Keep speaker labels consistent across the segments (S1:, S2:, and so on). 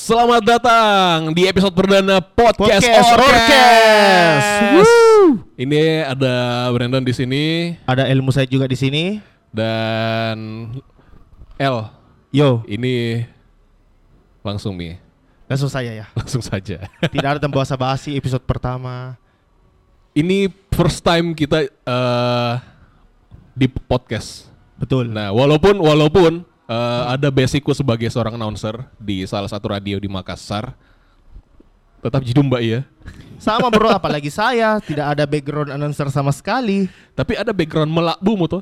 S1: Selamat datang di episode perdana podcast,
S2: Podcast
S1: Orkes.
S2: Orkes.
S1: Woo. Ini ada Brandon di sini
S2: Ada ilmu saya juga di sini.
S1: dan L.
S2: Yo,
S1: Ini langsung nih,
S2: langsung saya ya.
S1: langsung saja.
S2: Tidak ada tempat basa basi episode pertama.
S1: Ini first time kita eh, di podcast.
S2: Betul.
S1: Nah, walaupun walaupun eh, ada basicku sebagai seorang announcer di salah satu radio di Makassar, tetap jadi mbak ya.
S2: Sama bro, apalagi saya tidak ada background announcer sama sekali.
S1: Tapi ada background melakbu mu tuh.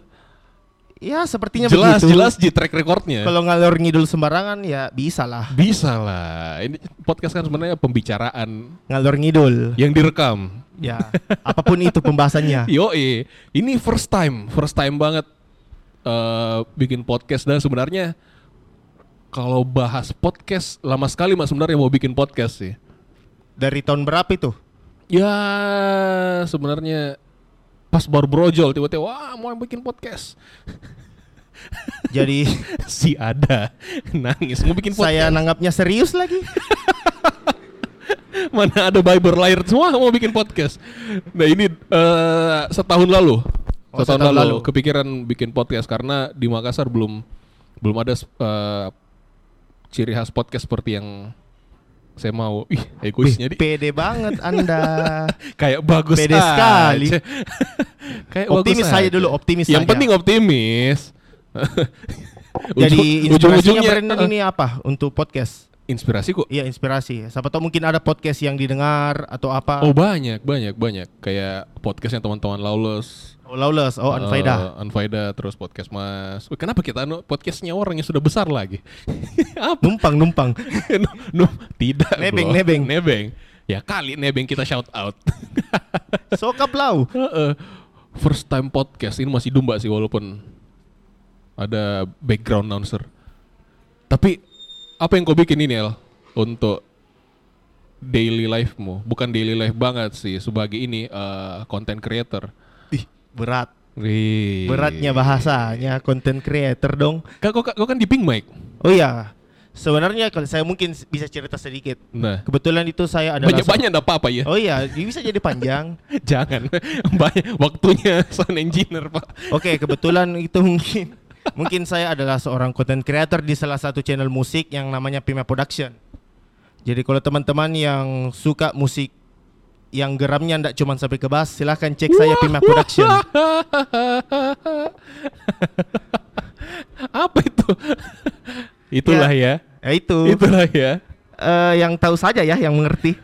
S2: Ya sepertinya
S1: jelas
S2: begitu.
S1: jelas di track recordnya
S2: Kalau ngalor ngidul sembarangan ya bisa lah.
S1: bisa lah ini podcast kan sebenarnya pembicaraan
S2: Ngalor ngidul.
S1: yang direkam
S2: Ya, apapun itu pembahasannya.
S1: yoi ini first time first time banget eh, bikin podcast dan sebenarnya kalau bahas podcast lama sekali mas sebenarnya mau bikin podcast sih
S2: Dari tahun berapa itu?
S1: ya sebenarnya pas baru brojol tiba-tiba wah mau bikin podcast
S2: Jadi
S1: si ada nangis mau bikin
S2: saya
S1: podcast
S2: nanggapnya serius lagi.
S1: mana ada bayi berlayar semua mau bikin podcast. Nah ini eh, setahun lalu,
S2: Oh,
S1: setahun,
S2: setahun
S1: lalu,
S2: lalu.
S1: kepikiran bikin podcast karena di Makassar belum belum ada eh, ciri khas podcast seperti yang saya mau. Ih egoisnya di
S2: Pede banget Anda.
S1: kayak bagus
S2: Pede sekali.
S1: aja. kayak bagus
S2: Optimis saya
S1: aja.
S2: dulu, optimis
S1: Yang
S2: saja.
S1: penting optimis.
S2: Jadi
S1: Ujung-
S2: inspirasinya
S1: ujung-ujungnya,
S2: Brandon
S1: eh,
S2: ini apa untuk podcast?
S1: inspirasi kok
S2: Iya inspirasi. Siapa tahu mungkin ada podcast yang didengar atau apa.
S1: Oh banyak, banyak, banyak. Kayak podcastnya teman-teman Lawless.
S2: Oh, Lawless. Oh, Anfaida.
S1: Eh, Anfaida, terus podcast Mas. Wih, Kenapa kita anu podcastnya orang yang sudah besar lagi? Apa? ya?
S2: Numpang, numpang.
S1: Nu- nu- tidak.
S2: Nebeng,
S1: bro.
S2: nebeng.
S1: Nebeng. Ya kali nebeng kita shout out.
S2: Sokap lau.
S1: Heeh. First time podcast ini masih domba sih walaupun ada background announcer. Tapi apa yang kau bikin ini El untuk daily life-mu? Bukan daily life banget sih sebagai ini eh, content creator.
S2: Ih, berat.
S1: Wih.
S2: Beratnya bahasanya content creator dong.
S1: Kak, kau, kau kan di pink mic.
S2: Oh iya. Sebenarnya kalau saya mungkin s- bisa cerita sedikit.
S1: Nah,
S2: Kebetulan itu saya adalah
S1: banyak banyak enggak apa-apa ya.
S2: Oh iya, ini bisa jadi panjang.
S1: Jangan. banyak waktunya sound engineer, Pak.
S2: Oke, kebetulan itu mungkin mungkin saya adalah seorang content creator di salah satu channel musik yang namanya Pima Production. Jadi kalau teman-teman yang suka musik yang geramnya ndak cuman sampai ke bass, silahkan cek saya Pima Production.
S1: apa itu? Itulah ya.
S2: Ya itu.
S1: Itulah ya.
S2: Eh, yang tahu saja ya, yang mengerti.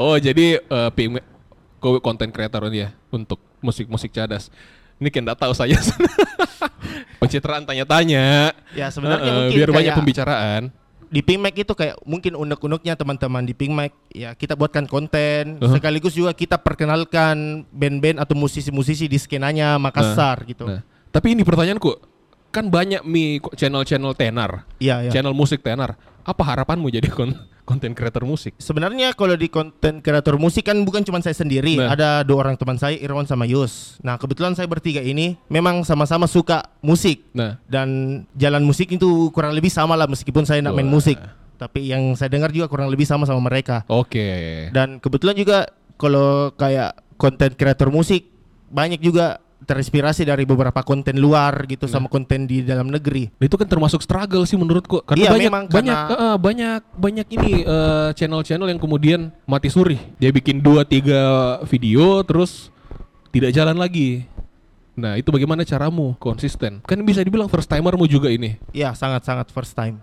S1: Oh, jadi eh, pink mic- kau konten creator ya untuk musik-musik cadas. Ini kan enggak tahu saya. Pencitraan tanya-tanya.
S2: Ya sebenarnya
S1: Eh, eh,
S2: mungkin
S1: biar banyak
S2: kayak
S1: pembicaraan.
S2: di Pingmac itu kayak mungkin unek-uneknya teman-teman di Pingmac ya kita buatkan konten
S1: Uh-huh.
S2: sekaligus juga kita perkenalkan band-band atau musisi-musisi di skenanya Makassar gitu.
S1: Nah, tapi ini pertanyaanku, kan banyak mi ko- channel-channel tenar,
S2: Iya, iya.
S1: channel musik tenar. Apa harapanmu jadi kon- konten creator musik?
S2: Sebenarnya kalau di konten kreator musik kan bukan cuma saya sendiri,
S1: Nah.
S2: ada dua orang teman saya Irwan sama Yus. Nah, kebetulan saya bertiga ini memang sama-sama suka musik
S1: Nah,
S2: dan jalan musik itu kurang lebih sama lah meskipun saya tidak main
S1: Wah.
S2: musik. Tapi yang saya dengar juga kurang lebih sama sama mereka.
S1: oke.
S2: Dan kebetulan juga kalau kayak konten kreator musik banyak juga terinspirasi dari beberapa konten luar gitu
S1: Nah.
S2: sama konten di dalam negeri.
S1: Itu kan termasuk struggle sih menurutku. Karena
S2: Iya,
S1: banyak
S2: memang,
S1: banyak
S2: karena-
S1: eh, eh, banyak banyak ini eh, channel-channel yang kemudian mati suri. Dia bikin 2 3 video terus tidak jalan lagi. Nah, itu bagaimana caramu konsisten? Kan bisa dibilang first timermu juga ini.
S2: Ya, sangat-sangat first time.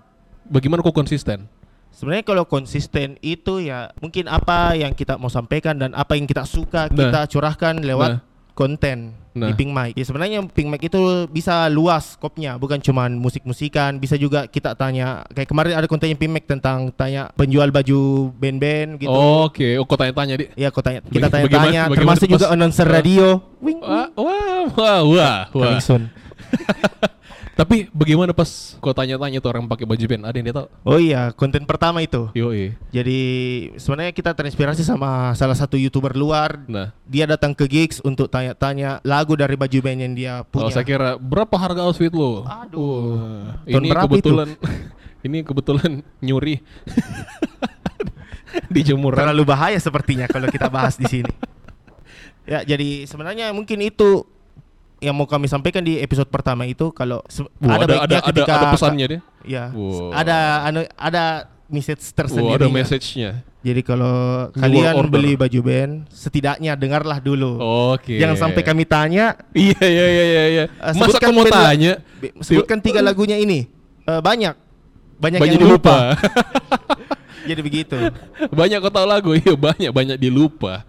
S1: Bagaimana kau konsisten?
S2: Sebenarnya kalau konsisten itu ya mungkin apa yang kita mau sampaikan dan apa yang kita
S1: Nah.
S2: suka kita curahkan lewat
S1: Nah.
S2: konten
S1: Nah.
S2: di Pink Mic. Ya, sebenarnya Pink Mic itu bisa luas skopnya, bukan cuman musik-musikan, bisa juga kita tanya kayak kemarin ada kontennya Pink Mic tentang tanya penjual baju band-band gitu.
S1: Oke, oh, kau tanya-tanya, Di.
S2: Iya, kau tanya, kita
S1: Baga- bagaimana-
S2: tanya-tanya
S1: bagaimana
S2: termasuk
S1: pas-
S2: juga announcer
S1: Wah.
S2: radio. Wing,
S1: Wah, Ah, wah, wah, wah, wah.
S2: coming soon.
S1: Tapi bagaimana pas kau tanya-tanya tuh orang pakai baju band, ada yang dia tahu?
S2: Oh iya, konten pertama itu.
S1: Yoi.
S2: Jadi sebenarnya kita terinspirasi sama salah satu YouTuber luar.
S1: Nah,
S2: Dia datang ke gigs untuk tanya-tanya lagu dari baju band yang dia
S1: kalau
S2: punya.
S1: saya kira berapa harga outfit lo?
S2: Aduh.
S1: Wah,
S2: Tahun
S1: ini
S2: berapa itu?
S1: kebetulan Ini kebetulan nyuri di jemuran.
S2: Terlalu bahaya sepertinya kalau kita bahas di sini. Ya, jadi sebenarnya mungkin itu yang mau kami sampaikan di episode pertama itu kalau se-
S1: Wah, ada ada
S2: baiknya
S1: ada,
S2: ketika-
S1: ada pesannya dia.
S2: Ya.
S1: Wow.
S2: Ada anu- ada message tersendiri.
S1: Wah, ada message-nya.
S2: Jadi kalau
S1: Luar
S2: kalian
S1: order.
S2: beli baju band, setidaknya dengarlah dulu.
S1: Oke.
S2: Jangan sampai kami tanya,
S1: Iya iya iya iya. iya.
S2: Eh,
S1: Masa
S2: sebutkan
S1: kamu mau
S2: band-
S1: tanya?
S2: be- sebutkan tiga lagunya ini. Eh, banyak. Banyak,
S1: banyak
S2: yang lupa.
S1: dilupa.
S2: Jadi begitu.
S1: banyak kau tahu lagu. Iya banyak banyak dilupa.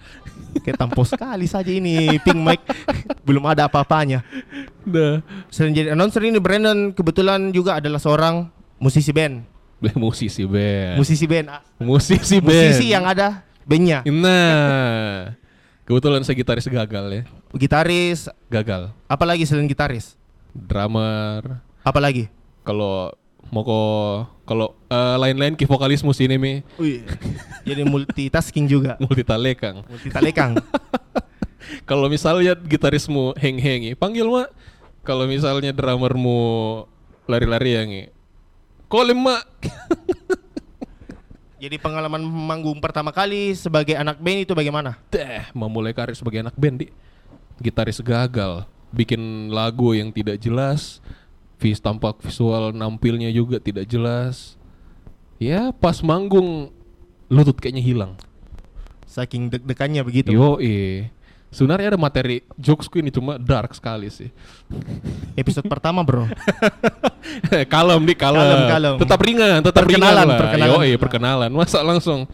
S2: Kayak tampol sekali saja ini Pink Mike belum ada apa-apanya.
S1: Nah,
S2: Selain jadi announcer ini Brandon kebetulan juga adalah seorang musisi band.
S1: Beh, musisi band.
S2: Musisi band. ah.
S1: Eh. musisi band.
S2: Musisi yang ada bandnya.
S1: Nah, kebetulan saya gitaris gagal ya.
S2: Gitaris,
S1: Gagal.
S2: apalagi selain gitaris?
S1: Drummer.
S2: Apalagi?
S1: Kalau mau ko- kalau eh, lain-lain ke vokalismu sini mi
S2: Jadi multitasking juga.
S1: multitalekang.
S2: Multitalekang.
S1: Kalau misalnya gitarismu heng-hengi, panggil mak. Kalau misalnya drummermu lari-lari yang Kolim mak.
S2: Jadi pengalaman manggung pertama kali sebagai anak band itu bagaimana?
S1: Deh, memulai eh, karir sebagai anak band, Di. Gitaris gagal, bikin lagu yang tidak jelas, vis tampak visual nampilnya juga tidak jelas. Ya, pas manggung lutut kayaknya hilang.
S2: Saking deg-degannya begitu.
S1: Yo, Sebenarnya ada materi jokesku ini cuma dark sekali sih.
S2: Episode pertama, Bro.
S1: kalem di kalem.
S2: Kalem, kalem.
S1: Tetap ringan, tetap
S2: Perkenalan,
S1: ringan lah.
S2: perkenalan.
S1: Yoi, perkenalan. Masa langsung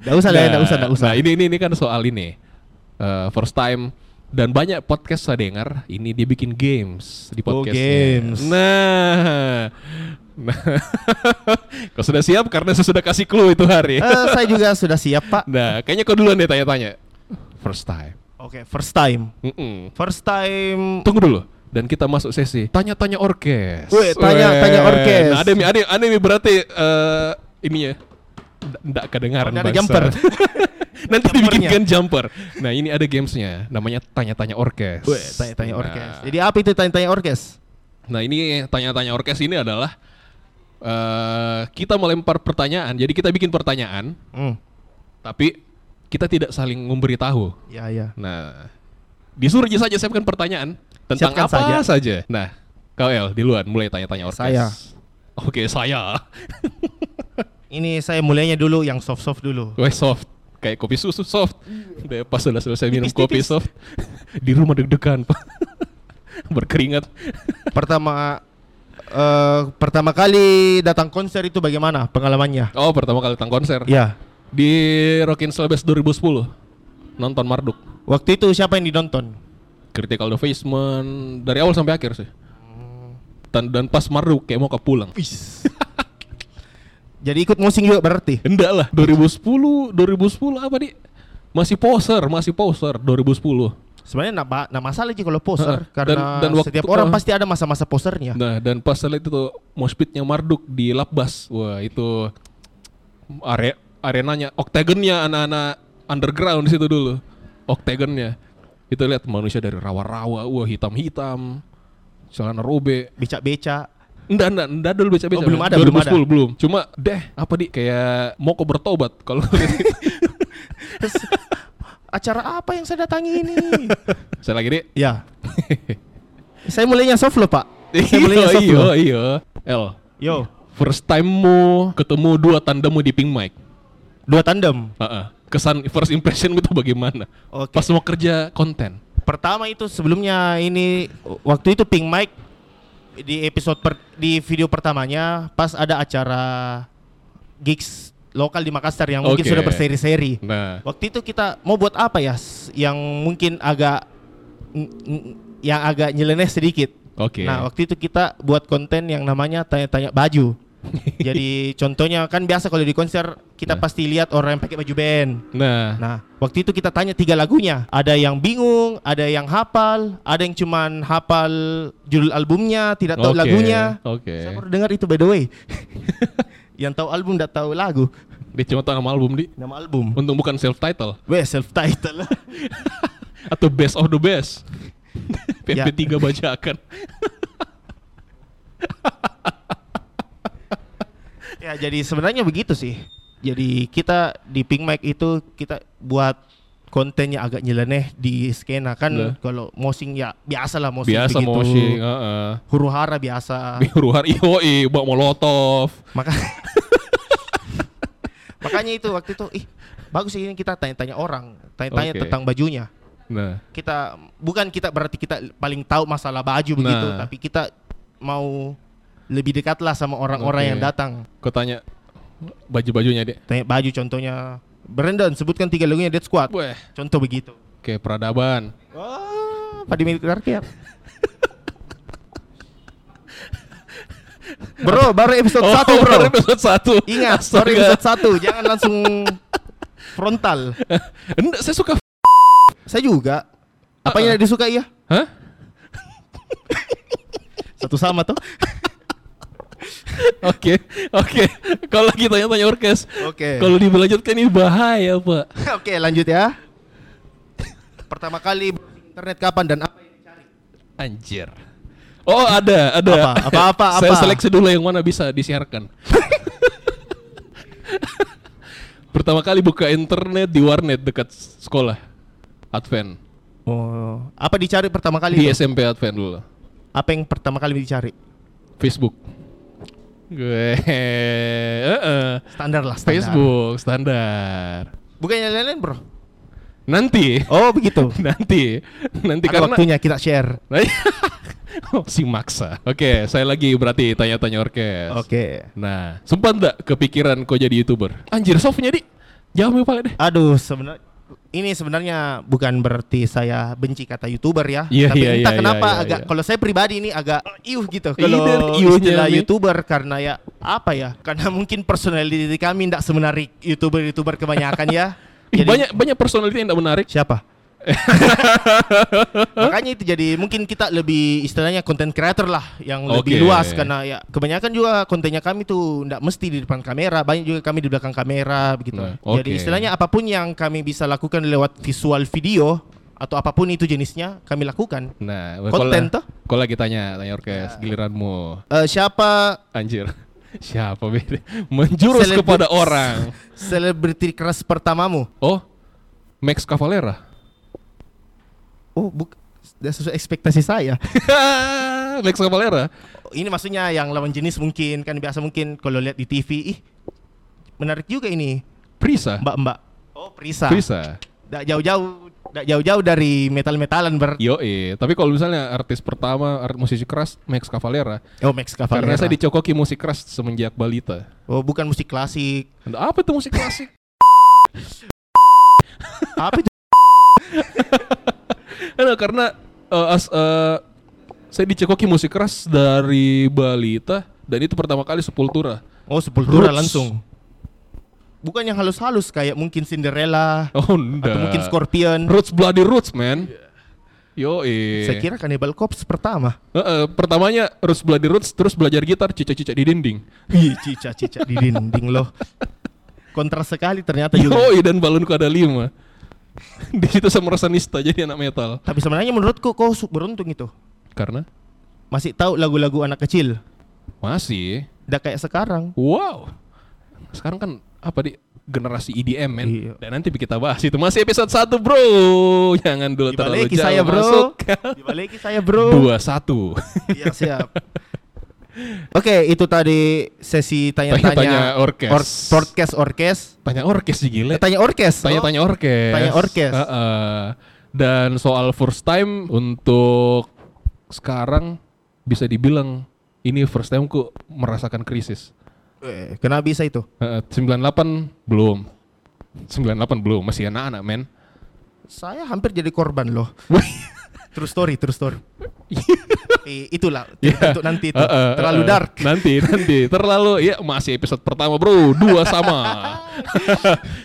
S2: Enggak usah lah,
S1: Nah,
S2: enggak usah, enggak usah.
S1: Nah, ini ini ini kan soal ini. Eh, first time dan banyak podcast saya dengar ini dia bikin games di
S2: Oh,
S1: podcastnya.
S2: games.
S1: Nah. Nah. kau sudah siap karena saya sudah kasih clue itu hari.
S2: Eh, saya juga sudah siap, Pak.
S1: iya. Nah, kayaknya kau duluan deh tanya-tanya. First time.
S2: Oke, first time.
S1: Mm-mm.
S2: First time
S1: Tunggu dulu dan kita masuk sesi tanya-tanya orkes.
S2: Weh, tanya- tanya orkes.
S1: Nah, ada ada ada berarti eh ininya ndak kedengaran
S2: Nggak ada
S1: bangsa.
S2: jumper.
S1: Nanti
S2: Jumpernya.
S1: dibikinkan jumper. Nah, ini ada gamesnya namanya tanya-tanya orkes.
S2: Weh, tanya-tanya
S1: Nah.
S2: orkes. Jadi apa itu tanya-tanya orkes?
S1: Nah, ini tanya-tanya orkes ini adalah eh kita melempar pertanyaan. Jadi kita bikin pertanyaan
S2: Hmm.
S1: tapi kita tidak saling memberitahu.
S2: Ya, ya.
S1: Nah, disuruh aja saja siapkan pertanyaan tentang
S2: Siapkan
S1: apa
S2: saja.
S1: saja. Nah, kau El di luar mulai tanya-tanya orkes.
S2: Saya.
S1: Oke, saya.
S2: Ini saya mulainya dulu yang soft-soft dulu.
S1: Gue soft kayak kopi susu soft. Udah pas sudah selesai minum kopi
S2: Tipis-tipis.
S1: soft di rumah deg-degan, Pak. Berkeringat.
S2: Pertama eh, pertama kali datang konser itu bagaimana pengalamannya?
S1: Oh, pertama kali datang konser
S2: Ya.
S1: di Rockin Celebes 2010. Nonton Marduk.
S2: Waktu itu siapa yang ditonton?
S1: Critical The Basement dari awal sampai akhir sih.
S2: Hmm.
S1: Dan, dan pas Marduk kayak mau ke pulang.
S2: Jadi ikut musing juga berarti.
S1: Enggak lah, 2010, 2010 apa di? Masih poser, masih poser 2010.
S2: Sebenarnya nggak ba- nggak masalah sih kalau poser
S1: Heeh.
S2: karena
S1: Dan- dan waktu-
S2: setiap orang
S1: heeh.
S2: pasti ada masa-masa posernya.
S1: Nah, dan pas saya lihat itu moshpitnya Marduk di Labbas. Wah, itu area arenanya, oktagonnya anak-anak underground di situ dulu. Oktagonnya. Itu lihat manusia dari rawa-rawa, wah hitam-hitam. Celana robek.
S2: Becak-becak.
S1: Enggak, enggak, enggak dulu becak-becak.
S2: Oh, belum ada,
S1: 2010,
S2: belum ada.
S1: belum. Cuma deh, apa di kayak mau kau bertobat kalau
S2: Terus acara apa yang saya datangi ini?
S1: saya lagi di
S2: ya. Saya mulainya soft loh, Pak. Saya mulainya
S1: Iya,
S2: soft
S1: iya,
S2: loh.
S1: iya. El,
S2: Yo,
S1: first time-mu ketemu dua tandamu di Pink Mic.
S2: dua tandem.
S1: Heeh. Kesan first impression itu bagaimana?
S2: Oke.
S1: Pas mau kerja konten.
S2: Pertama itu sebelumnya ini waktu itu Pink Mike di episode per- di video pertamanya pas ada acara gigs lokal di Makassar yang mungkin
S1: Oke.
S2: sudah berseri-seri.
S1: Nah,
S2: Waktu itu kita mau buat apa ya s- yang mungkin agak n- n- yang agak nyeleneh sedikit.
S1: oke.
S2: Nah, waktu itu kita buat konten yang namanya tanya-tanya baju. Jadi contohnya kan biasa kalau di konser kita
S1: Nah.
S2: pasti lihat orang yang pakai baju band.
S1: Nah,
S2: Nah, waktu itu kita tanya tiga lagunya. Ada yang bingung, ada yang hafal, ada yang cuman hafal judul albumnya, tidak tahu
S1: oke,
S2: lagunya.
S1: Oke.
S2: Saya baru dengar itu by the way. yang tahu album tidak tahu lagu,
S1: Dia cuma tahu nama album di.
S2: nama album.
S1: Untung bukan self title
S2: Weh, self title.
S1: atau best of the best.
S2: Ya.
S1: PP3 bajakan.
S2: ya jadi sebenarnya begitu sih. Jadi kita di Pink Mic itu kita buat kontennya agak nyeleneh di
S1: Lah.
S2: skena kan kalau mosing ya biasa lah mosing
S1: Biasa
S2: begitu.
S1: moshing, heeh.
S2: Huru hara biasa.
S1: Biruar ioi, bawa molotov.
S2: Maka Makanya itu waktu itu ih bagus ini kita tanya-tanya orang, tanya-tanya
S1: Oke.
S2: tentang bajunya.
S1: Nah,
S2: Kita bukan kita berarti kita paling tahu masalah baju begitu,
S1: Nah.
S2: tapi kita mau lebih dekatlah sama orang-orang
S1: Oke.
S2: yang datang.
S1: kau tanya baju-bajunya deh.
S2: Tanya baju contohnya Brandon sebutkan tiga lagunya Dead Squad.
S1: Weh,
S2: Contoh begitu.
S1: kayak peradaban.
S2: Wah, pada milik rakyat. bro, baru episode
S1: Oh,
S2: satu bro.
S1: baru episode satu.
S2: Ingat,
S1: Astaga.
S2: baru episode satu. Jangan langsung frontal.
S1: Enggak, saya suka.
S2: Saya juga. Apa yang tidak disuka iya?
S1: Hah?
S2: Satu sama tuh.
S1: Oke, oke. Kalau kita tanya-tanya orkes,
S2: Oke.
S1: kalau dilanjutkan ini bahaya, Pak.
S2: Oke, lanjut ya. Pertama kali internet kapan dan apa?
S1: Anjir. Oh, ada, ada.
S2: Apa? Apa, apa,
S1: Saya
S2: apa?
S1: seleksi dulu yang mana bisa disiarkan. Pertama kali buka internet di warnet dekat sekolah. Advent.
S2: Oh, apa dicari pertama kali?
S1: Di
S2: tuh?
S1: SMP Advent dulu.
S2: Apa yang pertama kali dicari?
S1: Facebook. Gue eh, eh.
S2: Standar lah, standar.
S1: Facebook standar.
S2: Bukan yang lain-lain, Bro.
S1: Nanti,
S2: Oh, begitu.
S1: nanti, nanti
S2: Ada
S1: karena
S2: waktunya kita share.
S1: Oh, si maksa. Oke, saya lagi berarti tanya-tanya orkes.
S2: Oke.
S1: Nah, sempat nggak kepikiran kau jadi youtuber? Anjir, softnya di jawab pala deh.
S2: Aduh, sebenarnya ini sebenarnya bukan berarti saya benci kata youtuber ya,
S1: Iya,
S2: tapi
S1: iya,
S2: entah
S1: iya,
S2: kenapa
S1: iya,
S2: agak
S1: iya.
S2: kalau saya pribadi ini agak iuh gitu
S1: Iya,
S2: kalau
S1: dari iuhnya
S2: istilah
S1: nih.
S2: youtuber karena ya apa ya? Karena mungkin personality kami tidak semenarik youtuber-youtuber kebanyakan ya.
S1: Ih, banyak banyak personality yang nggak menarik.
S2: siapa? Makanya itu jadi mungkin kita lebih istilahnya content creator lah yang
S1: Oke.
S2: lebih luas karena ya kebanyakan juga kontennya kami tuh nggak mesti di depan kamera, banyak juga kami di belakang kamera begitu.
S1: Nah, oke.
S2: Jadi istilahnya apapun yang kami bisa lakukan lewat visual video atau apapun itu jenisnya kami lakukan.
S1: Nah,
S2: Konten toh? Nah.
S1: Kau lagi tanya, tanya orkes, giliranmu.
S2: Eh, siapa
S1: Anjir. Siapa beda? Menjurus
S2: Selebrit-
S1: kepada orang.
S2: selebriti keras pertamamu?
S1: Oh, Max Cavalera.
S2: Oh, buk sudah sesuai ekspektasi saya.
S1: Max Cavalera.
S2: ini maksudnya yang lawan jenis mungkin kan biasa mungkin kalau lihat di TV, ih menarik juga ini
S1: Prisa.
S2: mbak-mbak. Oh, Prisa.
S1: Prisa.
S2: Nggak jauh-jauh, nggak jauh-jauh dari metal-metalan ber.
S1: Yoi, tapi kalau misalnya artis pertama art musisi keras Max Cavalera,
S2: Oh, Max Cavalera.
S1: karena saya dicokoki musik keras semenjak balita.
S2: Oh, bukan musik klasik.
S1: Anda, apa itu musik klasik?
S2: Apa itu?
S1: Karena karena eh, as- eh, saya dicekoki musik keras dari balita dan itu pertama kali Sepultura.
S2: Oh, sepultura
S1: Roots.
S2: langsung. Bukan yang halus-halus kayak mungkin Cinderella
S1: Oh, enggak.
S2: atau mungkin Scorpion.
S1: Roots Iya. bloody roots, man. Yo,
S2: Saya kira Cannibal Corpse pertama.
S1: pertamanya roots bloody roots terus belajar gitar cicak-cicak di dinding.
S2: Ih, cica-cica di dinding loh. Kontras sekali ternyata juga.
S1: Yo, dan balonku ada lima. di situ saya merasa nista jadi anak metal.
S2: Tapi sebenarnya menurutku kau su- beruntung itu.
S1: Karena
S2: Masih tahu lagu-lagu anak kecil.
S1: masih
S2: Udah kayak sekarang.
S1: Wow. Sekarang kan apa di generasi EDM men
S2: Iya.
S1: dan nanti kita bahas itu masih episode 1 bro jangan dulu terlalu
S2: Dibaliki
S1: jauh
S2: saya,
S1: masuk
S2: ya, Bro. Dibaliki saya, Bro.
S1: dua satu
S2: Iya siap. Oke, itu tadi sesi tanya-tanya
S1: Tanya-tanya orkes.
S2: Or, podcast orkes.
S1: tanya orkes sih gila
S2: Eh, tanya orkes.
S1: tanya-tanya orkes
S2: Tanya orkes.
S1: Heeh. dan soal first time untuk sekarang bisa dibilang ini first time ku merasakan krisis
S2: Oh, eh, kenapa bisa itu?
S1: Heeh, 98 belum 98 belum masih anak-anak men
S2: Saya hampir jadi korban loh. True story, true story. Eh, itulah
S1: Iya.
S2: untuk nanti itu.
S1: Eh, eh, eh,
S2: Terlalu dark.
S1: Nanti, nanti. Terlalu ya masih episode pertama, Bro. Dua sama.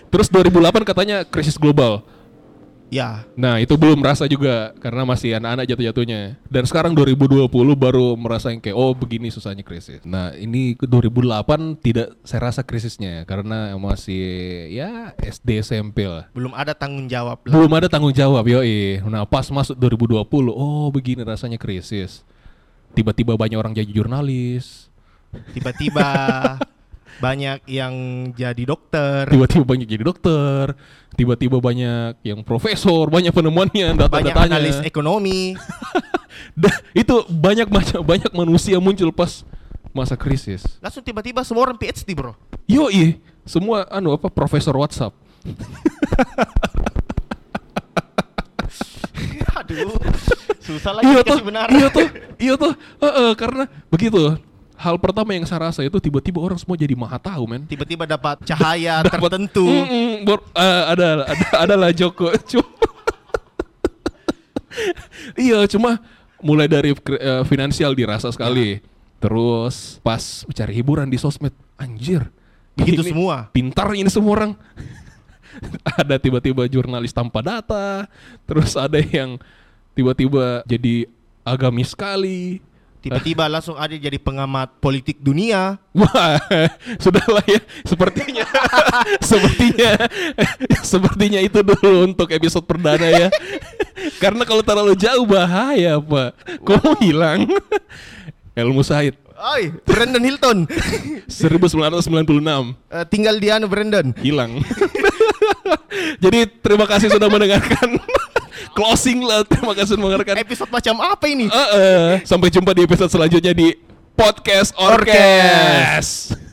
S1: Terus 2008 katanya krisis global.
S2: Ya,
S1: Nah, itu belum merasa juga karena masih anak-anak jatuh-jatuhnya. Dan sekarang 2020 baru merasa yang kayak oh begini susahnya krisis. Nah, ini ke 2008 tidak saya rasa krisisnya karena masih ya SD SMP lah.
S2: belum ada tanggung jawab lah.
S1: Belum ada tanggung jawab, yoi. Nah, pas masuk 2020, oh begini rasanya krisis. tiba-tiba banyak orang jadi jurnalis,
S2: Tiba-tiba banyak yang jadi dokter,
S1: tiba-tiba banyak jadi dokter, tiba-tiba banyak yang profesor, banyak penemuannya,
S2: banyak
S1: data-datanya.
S2: analis ekonomi.
S1: Dah, itu banyak macam banyak manusia muncul pas masa krisis.
S2: Langsung tiba-tiba semua orang PhD, Bro.
S1: Yoi, semua anu apa profesor WhatsApp.
S2: Aduh. Susah lagi
S1: Iya tuh,
S2: dikasih benar.
S1: iya tuh, iya tuh. Heeh, karena begitu. Hal pertama yang saya rasa itu tiba-tiba orang semua jadi maha tahu, men.
S2: Tiba-tiba dapat Hmm. cahaya tertentu.
S1: Mm-mm, bor- eh, ada ada adalah Joko. Cuma Iya, cuma mulai dari kre- eh, finansial dirasa
S2: Ya.
S1: sekali. Terus pas mencari hiburan di sosmed, anjir.
S2: Begitu
S1: ini
S2: semua.
S1: Pintarnya ini semua orang. ada tiba-tiba jurnalis tanpa data, terus ada yang tiba-tiba jadi agamis sekali.
S2: Tiba-tiba langsung ada jadi pengamat politik dunia.
S1: Wah, sudahlah ya. Sepertinya, sepertinya, sepertinya itu dulu untuk episode perdana ya. Karena kalau terlalu jauh bahaya, Pak. Kok hilang? Ilmu Said,
S2: Oi, Brandon Hilton.
S1: 1996
S2: Eh, tinggal di anu Brandon.
S1: hilang. Jadi terima kasih sudah mendengarkan. Closing lah, terima kasih sudah mendengarkan.
S2: Episode macam apa ini?
S1: Eh, eh. Sampai jumpa di episode selanjutnya di podcast Orkes.
S2: Orkes.